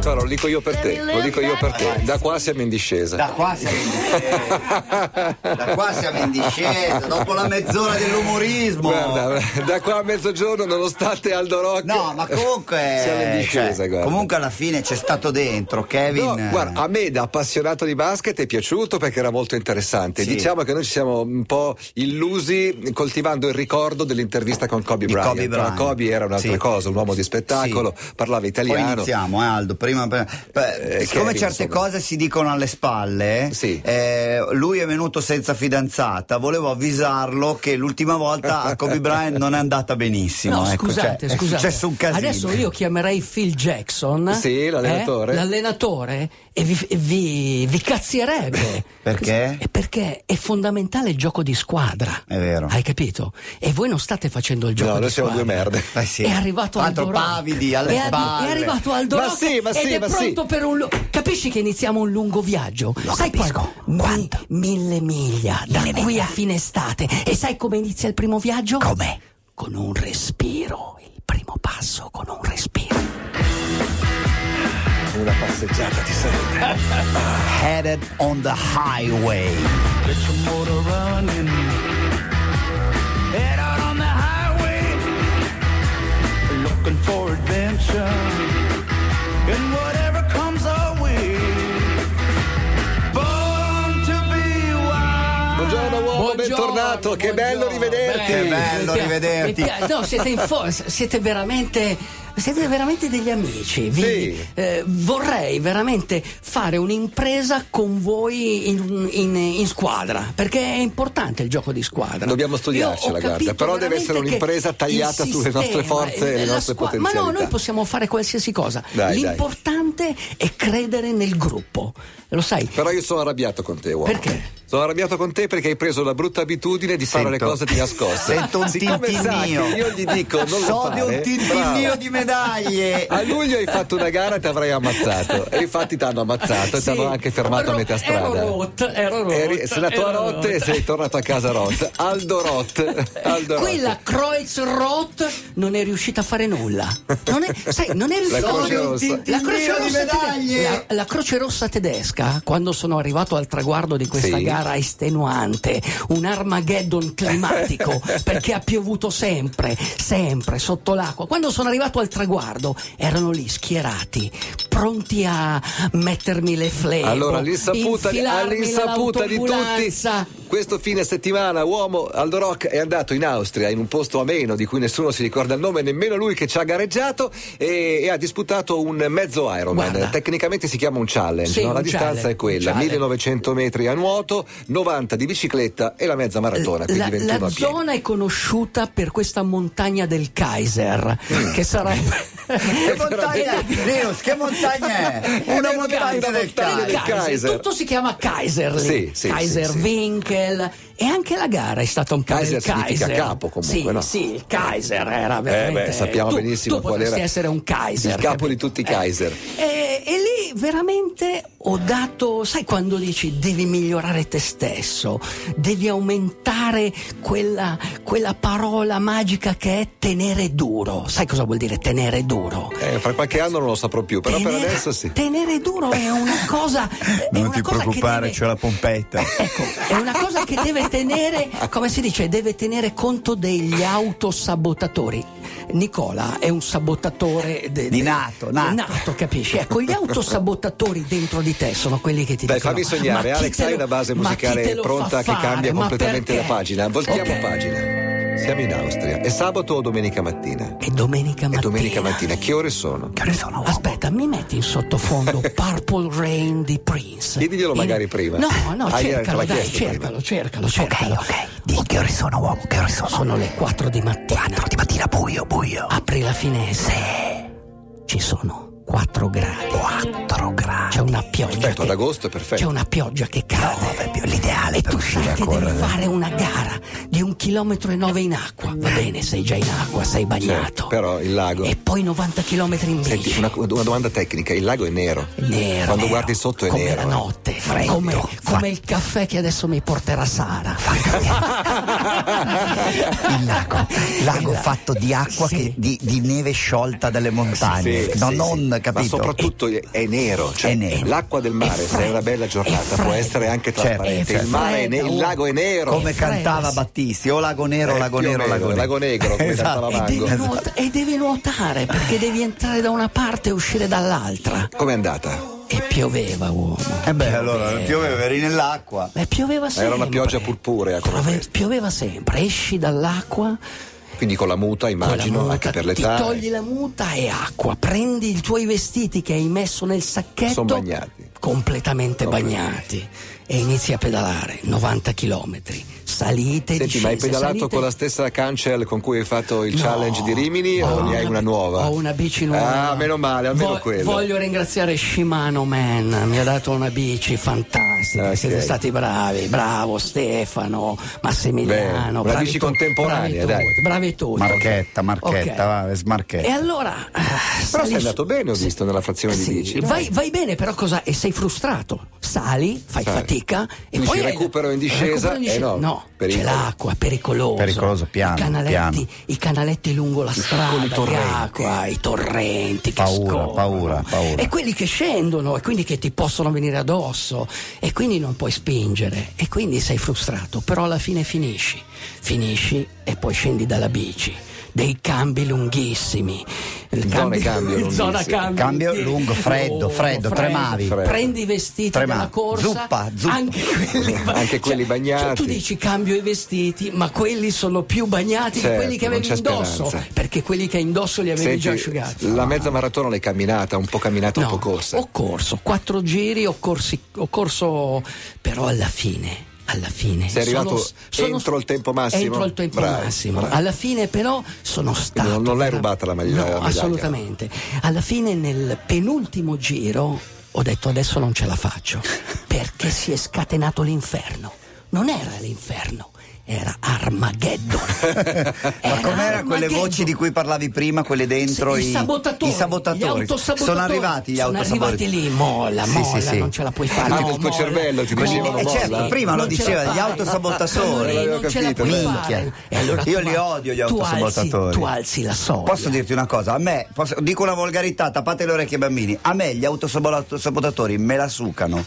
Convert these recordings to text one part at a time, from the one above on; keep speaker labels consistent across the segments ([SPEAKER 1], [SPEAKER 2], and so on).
[SPEAKER 1] Clara, lo dico io per te, lo dico io per te. Da qua siamo in discesa.
[SPEAKER 2] Da qua siamo in discesa. da qua siamo in discesa, dopo la mezz'ora dell'umorismo.
[SPEAKER 1] Guarda, da qua a mezzogiorno, nonostante Aldo Rocchi.
[SPEAKER 2] No, ma comunque.
[SPEAKER 1] Siamo in discesa,
[SPEAKER 2] cioè,
[SPEAKER 1] guarda.
[SPEAKER 2] Comunque alla fine c'è stato dentro, Kevin. eh,
[SPEAKER 1] No, guarda, a me da appassionato di basket è piaciuto perché era molto interessante.
[SPEAKER 2] Sì.
[SPEAKER 1] Diciamo che noi ci siamo un po' illusi coltivando il ricordo dell'intervista con Kobe
[SPEAKER 2] Di
[SPEAKER 1] Bryant.
[SPEAKER 2] Kobe
[SPEAKER 1] Ma
[SPEAKER 2] Bryant.
[SPEAKER 1] Kobe era un'altra
[SPEAKER 2] Sì.
[SPEAKER 1] cosa, un uomo di spettacolo, parlava
[SPEAKER 2] Poi
[SPEAKER 1] italiano.
[SPEAKER 2] iniziamo, eh, Aldo. Prima, prima- beh,
[SPEAKER 1] Eh,
[SPEAKER 2] siccome
[SPEAKER 1] Kevin,
[SPEAKER 2] certe
[SPEAKER 1] insomma.
[SPEAKER 2] cose si dicono alle spalle,
[SPEAKER 1] Sì.
[SPEAKER 2] eh, lui è venuto senza fidanzata. Volevo avvisarlo che l'ultima volta a Kobe Bryant non è andata benissimo.
[SPEAKER 3] No,
[SPEAKER 2] ecco,
[SPEAKER 3] scusate,
[SPEAKER 2] cioè,
[SPEAKER 3] scusate.
[SPEAKER 2] È successo un casino.
[SPEAKER 3] Adesso io chiamerei Phil Jackson.
[SPEAKER 1] Sì, l'allenatore.
[SPEAKER 3] eh, l'allenatore e vi, e vi- vi cazzierebbe.
[SPEAKER 2] Perché?
[SPEAKER 3] Eh, Perché è fondamentale il gioco di squadra.
[SPEAKER 2] È vero.
[SPEAKER 3] Hai capito? E voi non state facendo il gioco
[SPEAKER 1] No,
[SPEAKER 3] di
[SPEAKER 1] noi siamo
[SPEAKER 3] squadra.
[SPEAKER 1] due merde.
[SPEAKER 2] Eh sì.
[SPEAKER 3] È arrivato
[SPEAKER 2] Tra l'altro
[SPEAKER 3] Aldo Rock.
[SPEAKER 2] Pavidi alle
[SPEAKER 3] è, arri-
[SPEAKER 2] spalle.
[SPEAKER 3] è arrivato Aldo
[SPEAKER 1] Ma
[SPEAKER 3] Rock
[SPEAKER 1] sì, ma sì,
[SPEAKER 3] ed è
[SPEAKER 1] ma sì.
[SPEAKER 3] pronto per un lu- capisci che iniziamo un lungo viaggio sai capisco mille miglia da qui a fine estate e sai come inizia il primo viaggio? come? con un respiro il primo passo con un respiro
[SPEAKER 1] Una passeggiata di salute.
[SPEAKER 2] Headed on the highway.
[SPEAKER 4] Get your motor running. Head out on the highway. Looking for adventure. And whatever comes our way. Born to be wild.
[SPEAKER 1] Buongiorno uomo,
[SPEAKER 3] Buongiorno,
[SPEAKER 1] bentornato, che bello
[SPEAKER 3] buongiorno.
[SPEAKER 1] rivederti.
[SPEAKER 2] Che bello
[SPEAKER 3] Mi piace-
[SPEAKER 2] rivederti.
[SPEAKER 3] mi piace- no, siete in forza, siete veramente. Siete veramente degli amici. Vi-
[SPEAKER 1] Sì.
[SPEAKER 3] eh, vorrei veramente fare un'impresa con voi in, in- in squadra. Perché è importante il gioco di squadra.
[SPEAKER 1] Dobbiamo
[SPEAKER 3] Io
[SPEAKER 1] studiarcela,
[SPEAKER 3] ho capito
[SPEAKER 1] guarda, però deve
[SPEAKER 3] veramente
[SPEAKER 1] essere un'impresa
[SPEAKER 3] che
[SPEAKER 1] tagliata
[SPEAKER 3] il
[SPEAKER 1] sulle nostre
[SPEAKER 3] sistema,
[SPEAKER 1] forze e le
[SPEAKER 3] la
[SPEAKER 1] nostre
[SPEAKER 3] squa- Ma no,
[SPEAKER 1] potenzialità.
[SPEAKER 3] noi possiamo fare qualsiasi cosa.
[SPEAKER 1] Dai, dai.
[SPEAKER 3] L'importante è credere nel gruppo. Lo sai,
[SPEAKER 1] Però io sono arrabbiato con te, uomo.
[SPEAKER 3] Perché?
[SPEAKER 1] Sono arrabbiato con te perché hai preso la brutta abitudine di fare
[SPEAKER 2] Sento-
[SPEAKER 1] le cose di nascosto.
[SPEAKER 2] Sento un
[SPEAKER 1] Siccome sa che
[SPEAKER 2] tintinnio.
[SPEAKER 1] io gli dico, non lo
[SPEAKER 2] so
[SPEAKER 1] fare,
[SPEAKER 2] di un tintinnio
[SPEAKER 1] brava.
[SPEAKER 2] di medaglie.
[SPEAKER 1] A luglio hai fatto una gara e ti avrei ammazzato. E infatti ti hanno ammazzato e
[SPEAKER 3] Sì.
[SPEAKER 1] ti hanno anche fermato a
[SPEAKER 3] Ero-
[SPEAKER 1] metà strada.
[SPEAKER 3] Ero rot, ero rot,
[SPEAKER 1] Eri- sei la tua
[SPEAKER 3] ero
[SPEAKER 1] Roth e
[SPEAKER 3] rot.
[SPEAKER 1] sei tornato a casa Roth. Aldo Roth. Aldo
[SPEAKER 3] Qui
[SPEAKER 1] Roth.
[SPEAKER 3] la Kreuz Roth non è riuscita a fare nulla. Non è, sai, non è riuscita
[SPEAKER 1] La Croce
[SPEAKER 3] Sono-
[SPEAKER 1] Rossa.
[SPEAKER 3] La Croce
[SPEAKER 2] Tintinnio di
[SPEAKER 3] Rossa
[SPEAKER 2] medaglie.
[SPEAKER 3] tede- la- la Croce Rossa tedesca, quando sono arrivato al traguardo di questa
[SPEAKER 1] Sì.
[SPEAKER 3] gara estenuante, un Armageddon climatico, perché ha piovuto sempre, sempre sotto l'acqua. Quando sono arrivato al traguardo, erano lì schierati, pronti a mettermi le flebo,
[SPEAKER 1] Allora, all'insaputa,
[SPEAKER 3] infilarmi
[SPEAKER 1] all'insaputa di tutti,
[SPEAKER 3] nell'autoambulanza.
[SPEAKER 1] questo fine settimana, uomo Aldo Rock è andato in Austria in un posto ameno di cui nessuno si ricorda il nome, nemmeno lui che ci ha gareggiato, e, e ha disputato un mezzo Ironman.
[SPEAKER 3] Guarda.
[SPEAKER 1] Tecnicamente si chiama un challenge,
[SPEAKER 3] Sì,
[SPEAKER 1] no? la
[SPEAKER 3] un
[SPEAKER 1] distanza
[SPEAKER 3] challenge,
[SPEAKER 1] è quella:
[SPEAKER 3] un challenge.
[SPEAKER 1] 1900 metri a nuoto, 90 di bicicletta e la mezza maratona.
[SPEAKER 3] La,
[SPEAKER 1] quindi 21
[SPEAKER 3] la
[SPEAKER 1] a piedi.
[SPEAKER 3] zona è conosciuta per questa montagna del Kaiser,
[SPEAKER 1] Mm.
[SPEAKER 3] che sarebbe
[SPEAKER 2] Che montagna è? Deus, che montagna è?
[SPEAKER 1] È
[SPEAKER 2] Una
[SPEAKER 1] vero,
[SPEAKER 2] montagna
[SPEAKER 1] una
[SPEAKER 2] del
[SPEAKER 1] montagna
[SPEAKER 2] Cali.
[SPEAKER 1] del Cali. Kaiser.
[SPEAKER 3] Tutto si chiama Kaiser lì.
[SPEAKER 1] Sì, sì,
[SPEAKER 3] Kaiser
[SPEAKER 1] sì, sì.
[SPEAKER 3] Winkel e anche la gara è stata un po'
[SPEAKER 1] Kaiser
[SPEAKER 3] del Kaiser.
[SPEAKER 1] significa capo, comunque,
[SPEAKER 3] Sì,
[SPEAKER 1] no? Eh,
[SPEAKER 3] sì, il Kaiser era veramente
[SPEAKER 1] beh, sappiamo
[SPEAKER 3] tu-
[SPEAKER 1] benissimo
[SPEAKER 3] tu
[SPEAKER 1] qual
[SPEAKER 3] potresti
[SPEAKER 1] era
[SPEAKER 3] essere un Kaiser.
[SPEAKER 1] il capo
[SPEAKER 3] capito? Eh.
[SPEAKER 1] di tutti i Kaiser.
[SPEAKER 3] E, e lì veramente ho dato, sai quando dici devi migliorare te stesso, devi aumentare quella, quella parola magica che è tenere duro. Sai cosa vuol dire tenere duro?
[SPEAKER 1] Eh, fra qualche anno non lo saprò più, però per adesso sì.
[SPEAKER 3] tenere duro è una cosa. è una cosa che deve-
[SPEAKER 1] cioè.
[SPEAKER 2] pompetta.
[SPEAKER 3] Ecco, è una cosa che deve tenere, come si dice, deve tenere conto degli autosabotatori. Nicola è un sabotatore de-
[SPEAKER 2] Di
[SPEAKER 3] de-
[SPEAKER 2] nato, nato.
[SPEAKER 3] capisci? Ecco, gli autosabotatori dentro di te sono quelli che ti
[SPEAKER 1] Dai,
[SPEAKER 3] dicono.
[SPEAKER 1] fammi sognare,
[SPEAKER 3] "Ma chi
[SPEAKER 1] Alex,
[SPEAKER 3] te
[SPEAKER 1] hai
[SPEAKER 3] lo-
[SPEAKER 1] una base
[SPEAKER 3] ma chi te
[SPEAKER 1] musicale
[SPEAKER 3] lo fa
[SPEAKER 1] pronta che
[SPEAKER 3] fare?
[SPEAKER 1] cambia
[SPEAKER 3] Ma
[SPEAKER 1] completamente la
[SPEAKER 3] perché?"
[SPEAKER 1] pagina. Voltiamo
[SPEAKER 3] Ok.
[SPEAKER 1] pagina. Siamo in Austria. È sabato o domenica mattina?
[SPEAKER 3] È domenica
[SPEAKER 1] È
[SPEAKER 3] mattina.
[SPEAKER 1] domenica mattina. Che ore sono?
[SPEAKER 3] Che ore sono? Aspetta, mi metti in sottofondo Purple Rain di Prince.
[SPEAKER 1] Chiediglielo
[SPEAKER 3] In-
[SPEAKER 1] magari prima.
[SPEAKER 3] No,
[SPEAKER 1] Ah, gliela-
[SPEAKER 3] no,
[SPEAKER 1] te
[SPEAKER 3] cercalo,
[SPEAKER 1] l'ha
[SPEAKER 3] dai,
[SPEAKER 1] chiesto
[SPEAKER 3] cercalo,
[SPEAKER 1] prima.
[SPEAKER 3] cercalo, cercalo. Ok, ok. Di che ore sono, uomo? Che ore sono? Sono le 4 di mattina. 4 di mattina, buio, buio. Apri la finestra. Ci sono 4 gradi. 4 gradi. C'è una
[SPEAKER 1] Perfetto,
[SPEAKER 3] pioggia. che-
[SPEAKER 1] Certo, ad agosto è perfetto.
[SPEAKER 3] C'è una pioggia che cade. l'ideale e tu sai che devi fare una gara di un chilometro e nove in acqua. Va bene, sei già in acqua, sei bagnato.
[SPEAKER 1] Però il lago.
[SPEAKER 3] E poi 90 km in bici.
[SPEAKER 1] Senti, una, una domanda tecnica: il lago è nero.
[SPEAKER 3] Nero,
[SPEAKER 1] Quando
[SPEAKER 3] nero,
[SPEAKER 1] guardi sotto è
[SPEAKER 3] come
[SPEAKER 1] nero.
[SPEAKER 3] la
[SPEAKER 1] eh.
[SPEAKER 3] notte, come, come il caffè che adesso mi porterà Sara.
[SPEAKER 2] Il lago, lago fatto di acqua,
[SPEAKER 3] Sì.
[SPEAKER 2] che- di, di neve sciolta dalle montagne,
[SPEAKER 1] Sì,
[SPEAKER 2] no,
[SPEAKER 1] sì,
[SPEAKER 2] non
[SPEAKER 1] sì.
[SPEAKER 2] non capito.
[SPEAKER 1] Ma soprattutto è nero, cioè
[SPEAKER 2] È nero.
[SPEAKER 1] l'acqua del mare,
[SPEAKER 3] È
[SPEAKER 1] se è una bella
[SPEAKER 3] fredda, è
[SPEAKER 1] giornata,
[SPEAKER 3] fredda.
[SPEAKER 1] può essere anche
[SPEAKER 2] Certo.
[SPEAKER 1] trasparente.
[SPEAKER 3] È
[SPEAKER 1] il mare è
[SPEAKER 3] fredda,
[SPEAKER 1] nero, il
[SPEAKER 3] oh.
[SPEAKER 1] lago è nero.
[SPEAKER 2] Come
[SPEAKER 3] È fredda,
[SPEAKER 2] cantava
[SPEAKER 3] sì.
[SPEAKER 2] Battisti, o Lago Nero,
[SPEAKER 1] Eh,
[SPEAKER 2] Lago
[SPEAKER 1] più o
[SPEAKER 2] Nero,
[SPEAKER 1] meno,
[SPEAKER 2] Lago Nero.
[SPEAKER 1] Lago Negro, come cantava
[SPEAKER 3] E devi,
[SPEAKER 1] Esatto.
[SPEAKER 3] nuot- e devi nuotare perché devi entrare da una parte e uscire dall'altra.
[SPEAKER 1] Com'è andata?
[SPEAKER 3] E pioveva, uomo.
[SPEAKER 2] E Eh beh, allora,
[SPEAKER 3] Eh.
[SPEAKER 2] pioveva, eri nell'acqua.
[SPEAKER 3] E pioveva sempre.
[SPEAKER 1] Era una pioggia purpurea come
[SPEAKER 3] Piove-
[SPEAKER 1] questa.
[SPEAKER 3] pioveva sempre. Esci dall'acqua.
[SPEAKER 1] Quindi con la muta,
[SPEAKER 3] con la
[SPEAKER 1] immagino,
[SPEAKER 3] muta,
[SPEAKER 1] anche per
[SPEAKER 3] ti
[SPEAKER 1] l'età.
[SPEAKER 3] togli la muta e acqua, prendi i tuoi vestiti che hai messo nel sacchetto,
[SPEAKER 1] Son bagnati.
[SPEAKER 3] completamente
[SPEAKER 1] Completamente.
[SPEAKER 3] bagnati, e inizi a pedalare 90 km, salite e
[SPEAKER 1] Senti,
[SPEAKER 3] discese.
[SPEAKER 1] ma hai pedalato
[SPEAKER 3] salite-
[SPEAKER 1] con la stessa cancel con cui hai fatto il
[SPEAKER 3] No,
[SPEAKER 1] challenge di Rimini
[SPEAKER 3] ho
[SPEAKER 1] o ne hai una nuova?
[SPEAKER 3] Ho una bici nuova.
[SPEAKER 1] Ah, meno male, almeno
[SPEAKER 3] Vo-
[SPEAKER 1] quella.
[SPEAKER 3] Voglio ringraziare Shimano Man, mi ha dato una bici fantastica.
[SPEAKER 1] Ok.
[SPEAKER 3] Siete stati bravi, bravo Stefano,
[SPEAKER 1] Bene, una
[SPEAKER 3] Massimiliano. bravi
[SPEAKER 1] bici
[SPEAKER 3] tu-
[SPEAKER 1] contemporanea,
[SPEAKER 3] bravi
[SPEAKER 1] dai.
[SPEAKER 3] tutti, bravi tutti.
[SPEAKER 2] Marchetta, marchetta,
[SPEAKER 3] Ok.
[SPEAKER 2] va, smarchetta.
[SPEAKER 3] E allora. ah,
[SPEAKER 1] Però
[SPEAKER 3] sali
[SPEAKER 1] sei
[SPEAKER 3] su-
[SPEAKER 1] andato bene, ho
[SPEAKER 3] sì.
[SPEAKER 1] visto, nella frazione di
[SPEAKER 3] Sì,
[SPEAKER 1] 10.
[SPEAKER 3] vai, vai bene, però cosa? E sei frustrato. Sali, fai
[SPEAKER 1] Sali.
[SPEAKER 3] fatica e
[SPEAKER 1] Dici,
[SPEAKER 3] poi. hai-
[SPEAKER 1] recupero in discesa,
[SPEAKER 3] recupero in
[SPEAKER 1] eh no,
[SPEAKER 3] no, c'è
[SPEAKER 1] pericolo.
[SPEAKER 3] l'acqua, pericoloso.
[SPEAKER 2] Pericoloso, piano,
[SPEAKER 3] I canaletti,
[SPEAKER 2] piano.
[SPEAKER 3] i canaletti lungo la strada,
[SPEAKER 1] piccoli torrenti.
[SPEAKER 3] di acqua, i torrenti che
[SPEAKER 2] Paura,
[SPEAKER 3] scorrono.
[SPEAKER 2] paura, paura.
[SPEAKER 3] E quelli che scendono, e quindi che ti possono venire addosso, e quindi non puoi spingere, e quindi sei frustrato, però alla fine finisci. Finisci e poi scendi dalla bici. Dei cambi lunghissimi. Il
[SPEAKER 1] Zone cambio lunghissime.
[SPEAKER 3] zona cambio,
[SPEAKER 2] Cambio
[SPEAKER 3] lunghissime.
[SPEAKER 2] lungo, freddo,
[SPEAKER 3] Oh,
[SPEAKER 2] freddo, tremavi.
[SPEAKER 1] Freddo.
[SPEAKER 3] Prendi i vestiti
[SPEAKER 2] Trema-
[SPEAKER 3] della corsa,
[SPEAKER 2] zuppa, zuppa.
[SPEAKER 3] anche quelli, ba-
[SPEAKER 1] Anche quelli bagnati.
[SPEAKER 3] cioè, tu dici cambio i vestiti, ma quelli sono più bagnati
[SPEAKER 1] Certo,
[SPEAKER 3] di quelli che
[SPEAKER 1] non
[SPEAKER 3] avevi
[SPEAKER 1] c'è
[SPEAKER 3] indosso,
[SPEAKER 1] speranza.
[SPEAKER 3] perché quelli che hai indosso li avevi
[SPEAKER 1] Senti,
[SPEAKER 3] già asciugati.
[SPEAKER 1] la mezza maratona l'hai camminata, un po' camminata, un po' corsa.
[SPEAKER 3] Ho corso quattro giri, ho, corsi- ho corso, però alla fine. Alla fine
[SPEAKER 1] Sei arrivato entro il tempo massimo?
[SPEAKER 3] Entro il tempo
[SPEAKER 1] Bravo,
[SPEAKER 3] massimo.
[SPEAKER 1] bravo.
[SPEAKER 3] Alla fine, però, sono stato.
[SPEAKER 1] non- non l'hai
[SPEAKER 3] vera-
[SPEAKER 1] rubata la maglia-
[SPEAKER 3] No,
[SPEAKER 1] la medaglia?
[SPEAKER 3] assolutamente. Alla fine, nel penultimo giro, ho detto adesso non ce la faccio perché si è scatenato l'inferno. Non era l'inferno, era Armageddon.
[SPEAKER 2] Ma
[SPEAKER 3] Era
[SPEAKER 2] com'era quelle
[SPEAKER 3] Armageddon.
[SPEAKER 2] voci di cui parlavi prima, quelle dentro
[SPEAKER 3] Sì, i, sabotatori,
[SPEAKER 2] i sabotatori.
[SPEAKER 3] gli autosabotatori.
[SPEAKER 2] Sono arrivati gli
[SPEAKER 3] Sono
[SPEAKER 2] autosabotatori.
[SPEAKER 3] arrivati lì, molla,
[SPEAKER 2] Sì,
[SPEAKER 3] molla,
[SPEAKER 2] sì, sì.
[SPEAKER 3] non ce la puoi fare.
[SPEAKER 1] Anche
[SPEAKER 3] no,
[SPEAKER 1] col tuo
[SPEAKER 3] molla.
[SPEAKER 1] cervello ti dicevano
[SPEAKER 2] Eh,
[SPEAKER 1] molla.
[SPEAKER 2] certo, prima lo
[SPEAKER 3] Non ce la
[SPEAKER 2] diceva,
[SPEAKER 3] fai.
[SPEAKER 2] gli autosabotatori.
[SPEAKER 3] Sono lì, non ce la puoi
[SPEAKER 1] Minchia.
[SPEAKER 3] fare. E
[SPEAKER 2] Io
[SPEAKER 3] tu
[SPEAKER 2] li
[SPEAKER 3] a-
[SPEAKER 2] odio gli
[SPEAKER 3] tu alzi-
[SPEAKER 2] autosabotatori.
[SPEAKER 3] Tu alzi la soglia.
[SPEAKER 2] Posso dirti una cosa? A me, posso- dico una volgarità, tappate le orecchie ai bambini. A me gli autosabotatori me la sucano.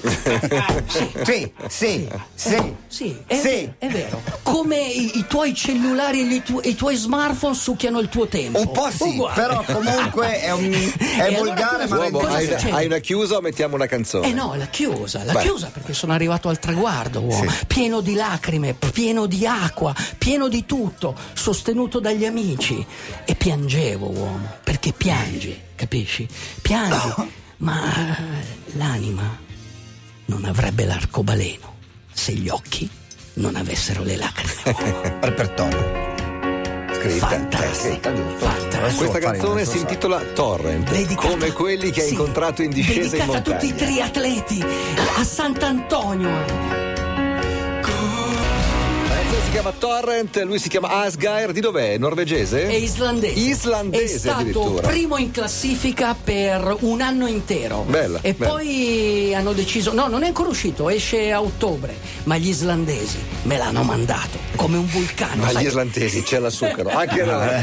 [SPEAKER 2] sì, sì, sì, sì.
[SPEAKER 3] Eh, Sì, è,
[SPEAKER 2] Sì.
[SPEAKER 3] è vero. Come i, i tuoi cellulari e gli tu- e i tuoi smartphone succhiano il tuo tempo.
[SPEAKER 2] Un po' sì,
[SPEAKER 3] Uguale.
[SPEAKER 2] però comunque è, un- è
[SPEAKER 3] E allora
[SPEAKER 2] volgare,
[SPEAKER 3] cosa-
[SPEAKER 2] ma
[SPEAKER 1] Uomo,
[SPEAKER 2] lo
[SPEAKER 3] cosa
[SPEAKER 1] hai,
[SPEAKER 2] intendo.
[SPEAKER 3] succede?
[SPEAKER 1] hai una chiusa o mettiamo una canzone?
[SPEAKER 3] Eh no, la chiusa, la
[SPEAKER 1] Ecco. Beh.
[SPEAKER 3] chiusa perché sono arrivato al traguardo, uomo.
[SPEAKER 2] Sì.
[SPEAKER 3] pieno di lacrime, pieno di acqua, pieno di tutto, sostenuto dagli amici e piangevo, uomo, perché piangi, capisci? Piangi, ma eh, l'anima non avrebbe l'arcobaleno se gli occhi non avessero le lacrime.
[SPEAKER 2] Repertorio.
[SPEAKER 1] Scritta.
[SPEAKER 3] Fantastica,
[SPEAKER 1] eh, scritta, giusto.
[SPEAKER 3] fantastica.
[SPEAKER 1] Questa
[SPEAKER 2] Fare una
[SPEAKER 1] canzone si
[SPEAKER 2] sua-
[SPEAKER 1] intitola Torrent,
[SPEAKER 3] Dedicata-
[SPEAKER 1] come quelli che hai
[SPEAKER 3] sì,
[SPEAKER 1] incontrato in discesa in
[SPEAKER 3] dedicata
[SPEAKER 1] montagna.
[SPEAKER 3] a tutti i triatleti, a Sant'Antonio anche.
[SPEAKER 1] La canzone Eh, si chiama Torrent, lui si chiama Asgair, di dov'è? Norvegese?
[SPEAKER 3] È islandese.
[SPEAKER 1] Islandese
[SPEAKER 3] È stato
[SPEAKER 1] addirittura.
[SPEAKER 3] primo in classifica per un anno intero.
[SPEAKER 1] Bella,
[SPEAKER 3] E
[SPEAKER 1] bella.
[SPEAKER 3] poi hanno deciso, no, non è ancora uscito, esce a ottobre, ma gli islandesi me l'hanno mandato come un vulcano.
[SPEAKER 1] Ma
[SPEAKER 3] sai? Eh,
[SPEAKER 1] gli irlandesi ce la sucano, anche loro.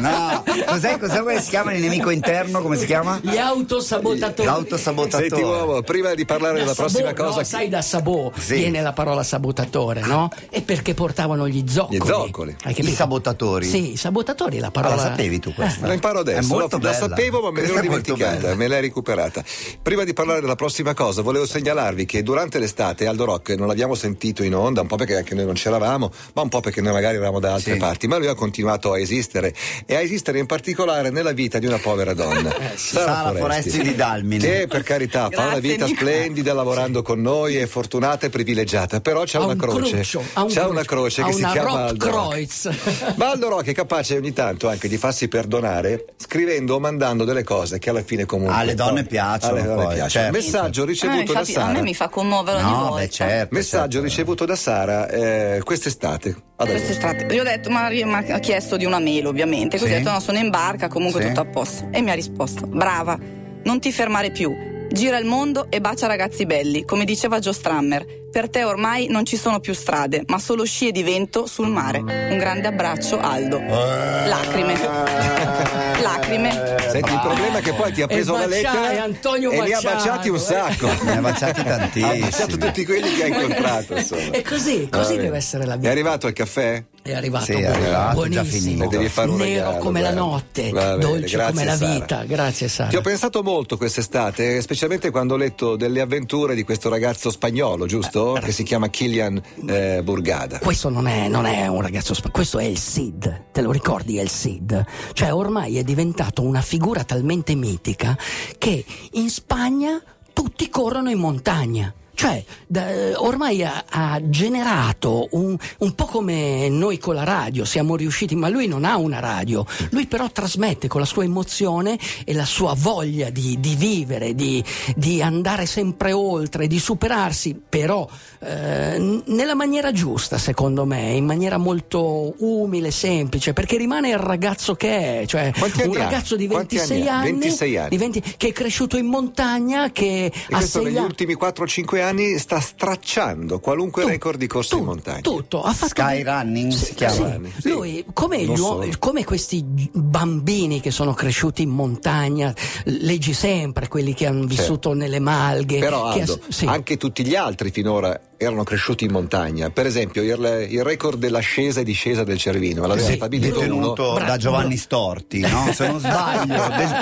[SPEAKER 2] No, cos'è, cos'è come si chiama il nemico interno? Come si chiama?
[SPEAKER 3] Gli autosabotatori.
[SPEAKER 2] L'autosabotatore.
[SPEAKER 1] Senti uomo, prima di parlare
[SPEAKER 3] Da
[SPEAKER 1] della
[SPEAKER 3] sabò,
[SPEAKER 1] prossima
[SPEAKER 3] boh, no,
[SPEAKER 1] cosa... chi-
[SPEAKER 3] sai da sabò
[SPEAKER 2] Sì.
[SPEAKER 3] viene la parola sabotatore, no? E perché portavano gli zoccoli.
[SPEAKER 1] Gli zoccoli.
[SPEAKER 3] Hai
[SPEAKER 2] I
[SPEAKER 3] capito?
[SPEAKER 2] sabotatori.
[SPEAKER 3] Sì, i sabotatori è la parola.
[SPEAKER 2] Ah, la sapevi tu questa?
[SPEAKER 1] La imparo adesso,
[SPEAKER 2] È molto
[SPEAKER 1] la, la
[SPEAKER 2] bella.
[SPEAKER 1] sapevo ma me
[SPEAKER 2] Questa
[SPEAKER 1] l'ero
[SPEAKER 2] è molto
[SPEAKER 1] dimenticata,
[SPEAKER 2] bella.
[SPEAKER 1] me l'hai recuperata. Prima di parlare della prossima cosa, volevo segnalarvi che durante l'estate Aldo Rock non l'abbiamo sentito in onda, un po' perché anche noi non c'eravamo, ma un po' perché noi magari eravamo da altre
[SPEAKER 2] Sì.
[SPEAKER 1] parti, ma lui ha continuato a esistere e a esistere in particolare nella vita di una povera donna,
[SPEAKER 2] Eh, Sara Foresti di Dalmine.
[SPEAKER 1] Che per carità fa una
[SPEAKER 5] Grazie,
[SPEAKER 1] vita
[SPEAKER 5] Nicola.
[SPEAKER 1] splendida lavorando con noi, è fortunata e privilegiata, però c'è
[SPEAKER 3] Ha
[SPEAKER 1] una
[SPEAKER 3] un
[SPEAKER 1] croce,
[SPEAKER 3] cruccio, ha un
[SPEAKER 1] c'è una
[SPEAKER 3] cruccio,
[SPEAKER 1] croce che
[SPEAKER 3] ha
[SPEAKER 1] si
[SPEAKER 3] una
[SPEAKER 1] chiama
[SPEAKER 3] Rock
[SPEAKER 1] Aldo Rock.
[SPEAKER 3] Kreuz.
[SPEAKER 1] Ma allora che è capace ogni tanto anche di farsi perdonare scrivendo o mandando delle cose che alla fine comunque
[SPEAKER 2] Alle Ah, donne piacciono
[SPEAKER 1] Alle donne
[SPEAKER 2] poi,
[SPEAKER 1] piacciono.
[SPEAKER 2] certo.
[SPEAKER 1] Messaggio
[SPEAKER 5] Eh,
[SPEAKER 1] ricevuto da
[SPEAKER 5] infatti,
[SPEAKER 1] Sara.
[SPEAKER 5] A me mi fa commuovere ogni
[SPEAKER 2] No,
[SPEAKER 5] volta.
[SPEAKER 2] beh, certo.
[SPEAKER 1] Messaggio
[SPEAKER 2] certo.
[SPEAKER 1] ricevuto da Sara eh, quest'estate. Adesso.
[SPEAKER 5] Queste strade. Gli ho detto, ma mi ha chiesto di una mail ovviamente, così
[SPEAKER 2] Sì.
[SPEAKER 5] ho detto no, sono in barca, comunque
[SPEAKER 2] Sì.
[SPEAKER 5] tutto a posto. E mi ha risposto, brava, non ti fermare più, gira il mondo e bacia ragazzi belli, come diceva Joe Strammer, per te ormai non ci sono più strade, ma solo scie di vento sul mare. Un grande abbraccio Aldo. Lacrime.
[SPEAKER 2] Ah,
[SPEAKER 5] lacrime.
[SPEAKER 1] Senti, il problema è che poi ti ha
[SPEAKER 3] E
[SPEAKER 1] preso la
[SPEAKER 3] baciai
[SPEAKER 1] lettera
[SPEAKER 3] Antonio
[SPEAKER 1] e li ha
[SPEAKER 3] Baciano,
[SPEAKER 1] baciati un
[SPEAKER 3] eh.
[SPEAKER 1] sacco.
[SPEAKER 2] Ne ha baciati
[SPEAKER 1] ha baciato
[SPEAKER 2] tantissimi.
[SPEAKER 1] tutti quelli che ha incontrato. Insomma.
[SPEAKER 3] È così,
[SPEAKER 1] Va
[SPEAKER 3] così
[SPEAKER 1] bene.
[SPEAKER 3] deve essere la
[SPEAKER 1] È
[SPEAKER 3] vita.
[SPEAKER 1] arrivato il caffè?
[SPEAKER 3] È arrivato,
[SPEAKER 2] Sì, è arrivato,
[SPEAKER 3] buonissimo.
[SPEAKER 2] già finito.
[SPEAKER 1] Ne devi fare un
[SPEAKER 3] Nero
[SPEAKER 1] regalo,
[SPEAKER 3] come la
[SPEAKER 1] bello.
[SPEAKER 3] notte,
[SPEAKER 1] Va bene,
[SPEAKER 3] dolce
[SPEAKER 1] grazie,
[SPEAKER 3] come la
[SPEAKER 1] Sara.
[SPEAKER 3] vita. Grazie Sara.
[SPEAKER 1] Ti ho pensato molto quest'estate, specialmente quando ho letto delle avventure di questo ragazzo spagnolo, giusto?
[SPEAKER 3] Eh,
[SPEAKER 1] Che si chiama Kilian eh, Burgada.
[SPEAKER 3] Questo non è, non è un ragazzo, sp- questo è il Cid, te lo ricordi è il Cid? Cioè ormai è diventato una figura talmente mitica che in Spagna tutti corrono in montagna. Cioè, da- ormai ha, ha generato un, un po' come noi con la radio, siamo riusciti, ma lui non ha una radio, lui però trasmette con la sua emozione e la sua voglia di, di vivere, di, di andare sempre oltre, di superarsi, però eh, n- nella maniera giusta, secondo me, in maniera molto umile, semplice, perché rimane il ragazzo che è, cioè
[SPEAKER 1] Quanti
[SPEAKER 3] un
[SPEAKER 1] anni ha?
[SPEAKER 3] ragazzo di
[SPEAKER 1] Quanti anni
[SPEAKER 3] 26
[SPEAKER 1] ha?
[SPEAKER 3] anni,
[SPEAKER 1] 26 anni.
[SPEAKER 3] di 20 che è cresciuto in montagna, che
[SPEAKER 1] E
[SPEAKER 3] ha
[SPEAKER 1] questo
[SPEAKER 3] sei
[SPEAKER 1] negli
[SPEAKER 3] anni-
[SPEAKER 1] ultimi 4-5 anni sta stracciando qualunque
[SPEAKER 3] tu-
[SPEAKER 1] record di corsa in
[SPEAKER 3] tu-
[SPEAKER 1] montagna.
[SPEAKER 3] Tutto, ha fatto
[SPEAKER 2] Sky
[SPEAKER 3] dei-
[SPEAKER 2] running si chiama.
[SPEAKER 1] Running, sì.
[SPEAKER 3] Lui, come,
[SPEAKER 1] Non
[SPEAKER 3] gli uo-
[SPEAKER 1] solo.
[SPEAKER 3] come questi gi- bambini che sono cresciuti in montagna, leggi sempre quelli che hanno vissuto nelle malghe.
[SPEAKER 1] Però
[SPEAKER 3] eh, che
[SPEAKER 1] Aldo,
[SPEAKER 3] ass- sì.
[SPEAKER 1] anche tutti gli altri finora erano cresciuti in montagna. Per esempio, il, il record dell'ascesa e discesa del Cervino, l'aveva
[SPEAKER 3] Sì,
[SPEAKER 1] stabilito uno.
[SPEAKER 2] Detenuto
[SPEAKER 3] Bravo.
[SPEAKER 2] da Giovanni Storti, no? Se non sbaglio, del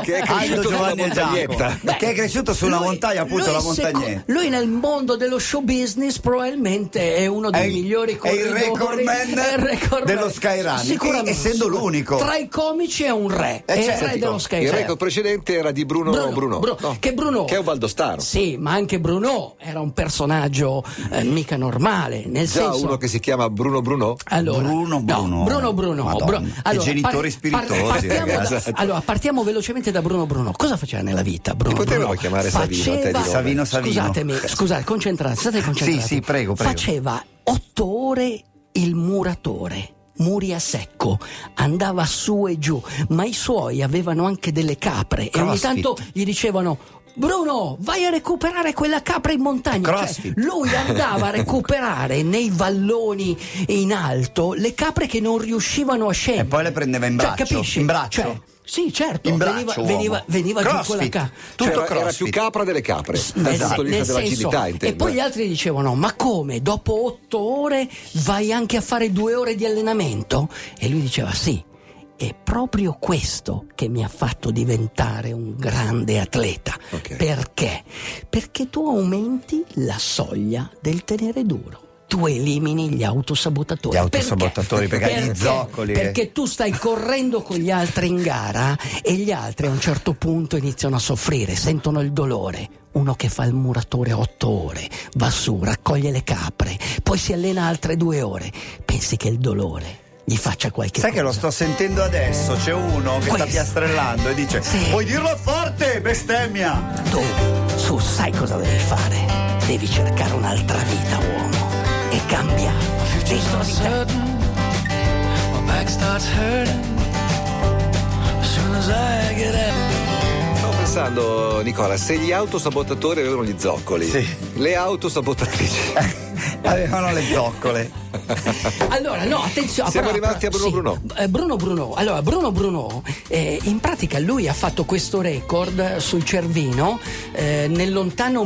[SPEAKER 1] Che è cresciuto
[SPEAKER 2] Aldo
[SPEAKER 1] sulla
[SPEAKER 2] Giovanni e Giacomo,
[SPEAKER 1] montagnetta.
[SPEAKER 3] Beh,
[SPEAKER 2] che è cresciuto sulla
[SPEAKER 3] lui-
[SPEAKER 2] montagna, appunto
[SPEAKER 3] lui
[SPEAKER 2] la
[SPEAKER 3] seco-
[SPEAKER 2] montagnetta.
[SPEAKER 3] lui nel mondo dello show business probabilmente è uno dei
[SPEAKER 2] È il-
[SPEAKER 3] migliori
[SPEAKER 2] è il
[SPEAKER 3] corridori
[SPEAKER 2] record man
[SPEAKER 3] è il record man.
[SPEAKER 2] dello sky running,
[SPEAKER 3] Sicuramente,
[SPEAKER 2] e- essendo
[SPEAKER 3] sicuramente.
[SPEAKER 2] l'unico.
[SPEAKER 3] Tra i comici è un re,
[SPEAKER 2] Eh,
[SPEAKER 3] è il
[SPEAKER 2] certo.
[SPEAKER 3] re dello sky
[SPEAKER 1] Il
[SPEAKER 3] running.
[SPEAKER 1] record precedente era di Bruno,
[SPEAKER 3] Bruno,
[SPEAKER 1] Bruno,
[SPEAKER 3] Bruno,
[SPEAKER 1] no?
[SPEAKER 3] che Bruno-
[SPEAKER 1] è un Valdostaro.
[SPEAKER 3] Sì, ma anche Bruno era un personaggio eh, mica normale, nel
[SPEAKER 1] Già
[SPEAKER 3] senso
[SPEAKER 1] uno che si chiama Bruno Bruno.
[SPEAKER 3] allora,
[SPEAKER 2] Bruno
[SPEAKER 3] no,
[SPEAKER 2] Bruno.
[SPEAKER 3] Bruno Bruno.
[SPEAKER 2] Madonna,
[SPEAKER 3] Bru-
[SPEAKER 2] che
[SPEAKER 3] allora,
[SPEAKER 2] genitori spiritosi,
[SPEAKER 3] partiamo da-
[SPEAKER 2] ragazzi.
[SPEAKER 3] allora, partiamo velocemente da Bruno Bruno. Cosa faceva nella vita Bruno
[SPEAKER 1] Ti potevano
[SPEAKER 3] Bruno?
[SPEAKER 1] chiamare Savino,
[SPEAKER 3] Faceva-
[SPEAKER 1] te di nome.
[SPEAKER 2] Savino, Savino.
[SPEAKER 3] Scusatemi, scusate, concentrate, state concentrati.
[SPEAKER 2] Sì, sì, prego, prego.
[SPEAKER 3] Faceva otto ore il muratore. Muri a secco, andava su e giù, ma i suoi avevano anche delle capre e ogni
[SPEAKER 2] Crossfit.
[SPEAKER 3] tanto gli dicevano Bruno, vai a recuperare quella capra in montagna. Cioè,
[SPEAKER 2] Crossfit.
[SPEAKER 3] lui andava a recuperare nei valloni in alto le capre che non riuscivano a scendere.
[SPEAKER 2] E poi le prendeva in
[SPEAKER 3] Cioè,
[SPEAKER 2] braccio,
[SPEAKER 3] capisci?
[SPEAKER 2] in braccio.
[SPEAKER 3] Cioè, sì, certo.
[SPEAKER 2] In
[SPEAKER 3] veniva,
[SPEAKER 2] braccio, uomo.
[SPEAKER 3] veniva, veniva giù con la
[SPEAKER 2] Crossfit.
[SPEAKER 3] capra.
[SPEAKER 1] Cioè,
[SPEAKER 2] Tutto
[SPEAKER 1] era, era
[SPEAKER 2] crossfit.
[SPEAKER 1] più capra delle capre, dal
[SPEAKER 3] Nel-
[SPEAKER 2] esatto,
[SPEAKER 1] punto di vista
[SPEAKER 3] esatto, nel senso-
[SPEAKER 1] dell'agilità. intendo.
[SPEAKER 3] e poi
[SPEAKER 2] eh.
[SPEAKER 3] gli altri dicevano: Ma come? Dopo otto ore vai anche a fare due ore di allenamento? E lui diceva: Sì. È proprio questo che mi ha fatto diventare un grande atleta.
[SPEAKER 1] Ok.
[SPEAKER 3] Perché? Perché tu aumenti la soglia del tenere duro. Tu elimini gli autosabotatori.
[SPEAKER 2] Gli autosabotatori, perché hai gli zoccoli. eh.
[SPEAKER 3] Perché tu stai correndo con gli altri in gara e gli altri a un certo punto iniziano a soffrire, sentono il dolore. Uno che fa il muratore otto ore, va su, raccoglie le capre, poi si allena altre due ore. Pensi che il dolore gli faccia qualche
[SPEAKER 2] Sai che lo
[SPEAKER 3] cosa?
[SPEAKER 2] sto sentendo adesso? C'è uno che
[SPEAKER 3] Questo.
[SPEAKER 2] sta piastrellando e dice:
[SPEAKER 3] Sì.
[SPEAKER 2] Vuoi dirlo forte, bestemmia?
[SPEAKER 3] Tu, su, sai cosa devi fare? Devi cercare un'altra vita, uomo, e cambiare. Dentro di te.
[SPEAKER 6] sudden my back starts hurting as soon as I get out.
[SPEAKER 1] Stavo pensando, Nicola, se gli autosabotatori avevano gli zoccoli,
[SPEAKER 2] Sì.
[SPEAKER 1] le autosabotatrici.
[SPEAKER 3] Ecco,
[SPEAKER 1] Ecco,
[SPEAKER 2] Avevano le zoccole.
[SPEAKER 3] Allora, no, attenzione.
[SPEAKER 1] Siamo
[SPEAKER 3] però-
[SPEAKER 1] arrivati a Bruno
[SPEAKER 3] sì,
[SPEAKER 1] Bruno.
[SPEAKER 3] eh, Bruno Bruno. Allora, Bruno Bruno, eh, in pratica lui ha fatto questo record eh, sul Cervino eh, nel lontano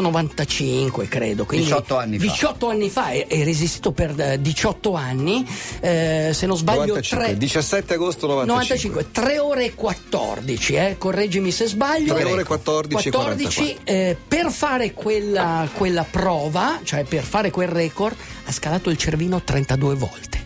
[SPEAKER 3] 1995, credo. Quindi
[SPEAKER 2] 18 anni fa.
[SPEAKER 3] 18 anni fa, e, e resistito per eh, 18 anni, eh, se non sbaglio
[SPEAKER 1] 95,
[SPEAKER 3] 3...
[SPEAKER 1] 17 agosto 95.
[SPEAKER 3] 95, 3 ore e 14, eh, correggimi se sbaglio.
[SPEAKER 1] Tre ore e 14 e
[SPEAKER 3] 14 eh, per fare quella, quella prova, cioè per fare quel record, ha scalato il cervino 32 volte.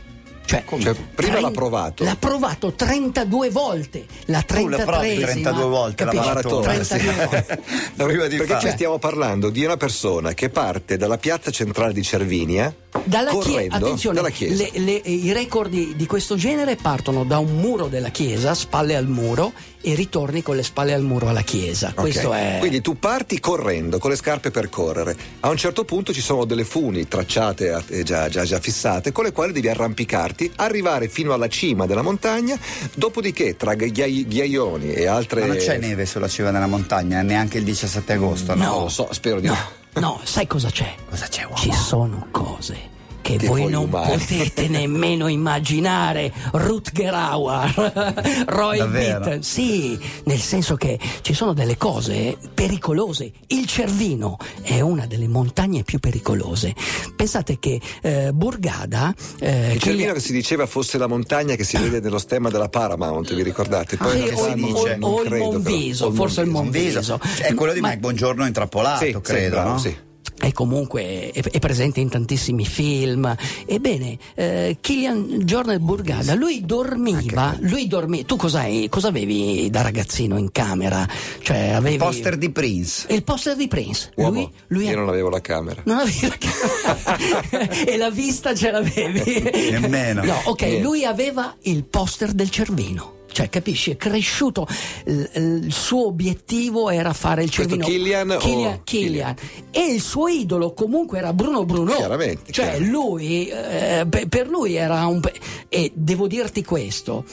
[SPEAKER 3] Cioè,
[SPEAKER 1] Cioè, prima l'ha provato.
[SPEAKER 3] L'ha provato 32 volte. La
[SPEAKER 2] Tu la
[SPEAKER 3] 33
[SPEAKER 2] provi 32 volte la
[SPEAKER 3] capisci?
[SPEAKER 2] maratona.
[SPEAKER 3] 32
[SPEAKER 2] sì.
[SPEAKER 3] volte.
[SPEAKER 2] Prima di
[SPEAKER 1] Perché
[SPEAKER 2] fare.
[SPEAKER 1] ci stiamo parlando di una persona che parte dalla piazza centrale di Cervinia
[SPEAKER 3] Dalla chie-
[SPEAKER 1] correndo
[SPEAKER 3] attenzione,
[SPEAKER 1] dalla chiesa.
[SPEAKER 3] le- le- i record di, di questo genere partono da un muro della chiesa, spalle al muro, e ritorni con le spalle al muro alla chiesa.
[SPEAKER 1] Ok.
[SPEAKER 3] Questo è.
[SPEAKER 1] Quindi tu parti correndo con le scarpe per correre. A un certo punto ci sono delle funi tracciate a- eh, già, già- già fissate con le quali devi arrampicarti, arrivare fino alla cima della montagna, dopodiché tra ghiai- ghiaioni e altre...
[SPEAKER 2] Ma non c'è neve sulla cima della montagna, neanche il 17 agosto, no?
[SPEAKER 1] No, lo so, spero di no.
[SPEAKER 3] No, sai cosa c'è?
[SPEAKER 2] Cosa c'è, uomo?
[SPEAKER 3] Ci sono cose che,
[SPEAKER 1] Che
[SPEAKER 3] voi
[SPEAKER 1] voi
[SPEAKER 3] non
[SPEAKER 1] umani.
[SPEAKER 3] potete nemmeno immaginare Rutger Hauer, Roy
[SPEAKER 2] Davvero?
[SPEAKER 3] Bittan. Sì, nel senso che ci sono delle cose pericolose. Il Cervino è una delle montagne più pericolose. Pensate che eh, Borgada... eh,
[SPEAKER 1] Il
[SPEAKER 3] che gli-
[SPEAKER 1] cervino che si diceva fosse la montagna che si vede nello stemma della Paramount, vi ricordate?
[SPEAKER 3] Ah, Sì,
[SPEAKER 1] non
[SPEAKER 2] che
[SPEAKER 3] o,
[SPEAKER 2] si
[SPEAKER 1] sanno-
[SPEAKER 3] il-
[SPEAKER 2] dice,
[SPEAKER 3] o-
[SPEAKER 1] non
[SPEAKER 3] o il
[SPEAKER 1] credo, però.
[SPEAKER 3] Monviso,
[SPEAKER 1] O il
[SPEAKER 3] forse il
[SPEAKER 1] Monviso.
[SPEAKER 2] Viso.
[SPEAKER 3] Monviso.
[SPEAKER 2] Cioè, è quello di
[SPEAKER 3] Ma-
[SPEAKER 2] Mike Buongiorno intrappolato,
[SPEAKER 1] Sì, sì,
[SPEAKER 2] credo,
[SPEAKER 1] bravo,
[SPEAKER 2] no?
[SPEAKER 1] sì.
[SPEAKER 3] e comunque è, è presente in tantissimi film. Ebbene, eh, Killian Jornet Burgada, lui dormiva, lui dormi- tu cos'hai- cosa avevi da ragazzino in camera? Cioè, avevi...
[SPEAKER 2] Poster di Prince.
[SPEAKER 3] Il poster di Prince.
[SPEAKER 1] Uomo,
[SPEAKER 3] lui, lui
[SPEAKER 1] io non avevo la camera.
[SPEAKER 3] non avevi la camera e la vista ce l'avevi.
[SPEAKER 2] Nemmeno.
[SPEAKER 3] No, ok,
[SPEAKER 1] Eh.
[SPEAKER 3] lui aveva il poster del Cervino. Cioè, capisci, è cresciuto. L- l- il suo obiettivo era fare il
[SPEAKER 1] Questo
[SPEAKER 3] Cervino.
[SPEAKER 1] Killian o-
[SPEAKER 3] Killian, Killian. E il suo idolo comunque era Bruno Bruno.
[SPEAKER 1] Chiaramente,
[SPEAKER 3] Cioè,
[SPEAKER 1] chiaro.
[SPEAKER 3] lui, eh, pe- per lui era un... pe- E devo dirti questo.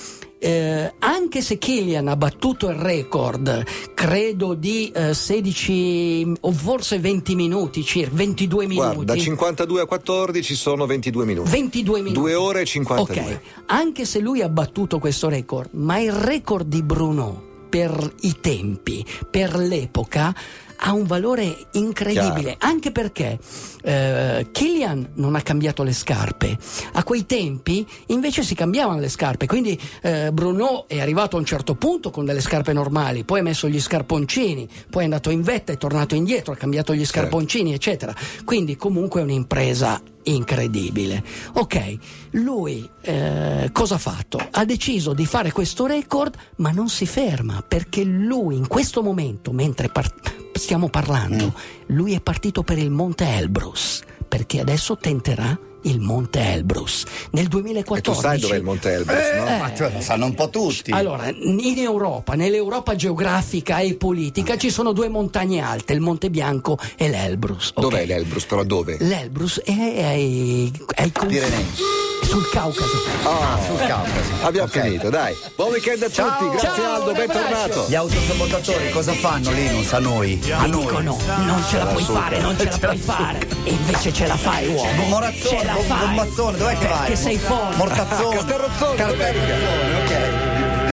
[SPEAKER 3] eh, anche se Killian ha battuto il record, credo di eh, 16 o forse 20 minuti, circa 22 minuti.
[SPEAKER 1] Guarda, da 52 a 14 sono 22 minuti.
[SPEAKER 3] 22 minuti.
[SPEAKER 1] 2 ore e 52.
[SPEAKER 3] Ok, anche se lui ha battuto questo record, ma il record di Bruno per i tempi, per l'epoca, ha un valore incredibile, anche perché eh, Killian non ha cambiato le scarpe. A quei tempi invece si cambiavano le scarpe, quindi eh, Bruno è arrivato a un certo punto con delle scarpe normali, poi ha messo gli scarponcini, poi è andato in vetta, è tornato indietro, ha cambiato
[SPEAKER 1] Certo.
[SPEAKER 3] gli scarponcini, eccetera. Quindi comunque è un'impresa incredibile. Ok, lui eh, cosa ha fatto? Ha deciso di fare questo record, ma non si ferma perché lui in questo momento, mentre par- stiamo parlando,
[SPEAKER 1] Mm.
[SPEAKER 3] lui è partito per il Monte Elbrus, perché adesso tenterà il Monte Elbrus. Nel
[SPEAKER 1] E
[SPEAKER 3] 2014
[SPEAKER 1] tu sai dov'è il Monte Elbrus, no?
[SPEAKER 2] Ma cioè, lo sanno un po' tutti.
[SPEAKER 3] Eh. allora, in Europa, nell'Europa geografica e politica, ci sono due montagne alte, il Monte Bianco e l'Elbrus. ok?
[SPEAKER 1] Dov'è l'Elbrus, però dove?
[SPEAKER 3] L'Elbrus è ai, ai confini-
[SPEAKER 2] Pirenei.
[SPEAKER 3] sul Caucaso.
[SPEAKER 1] Ah,
[SPEAKER 2] sul Caucaso.
[SPEAKER 1] Abbiamo
[SPEAKER 2] Ok.
[SPEAKER 1] finito, dai. Buon weekend a tutti, grazie
[SPEAKER 3] Ciao,
[SPEAKER 1] Aldo,
[SPEAKER 3] un
[SPEAKER 1] bentornato.
[SPEAKER 2] Gli autosabotatori cosa fanno Linus a noi? A
[SPEAKER 3] Ti
[SPEAKER 2] noi.
[SPEAKER 3] dicono, non ce la puoi fare, non ce la puoi fare. E invece ce la fai, uomo.
[SPEAKER 2] Morazzone,
[SPEAKER 3] ce la
[SPEAKER 2] Gom-
[SPEAKER 3] fai.
[SPEAKER 2] Gommazzone, dov'è che vai?
[SPEAKER 3] Perché sei forte.
[SPEAKER 2] Mortazzone.
[SPEAKER 1] Castellozzone,
[SPEAKER 2] Castellozzone, ok.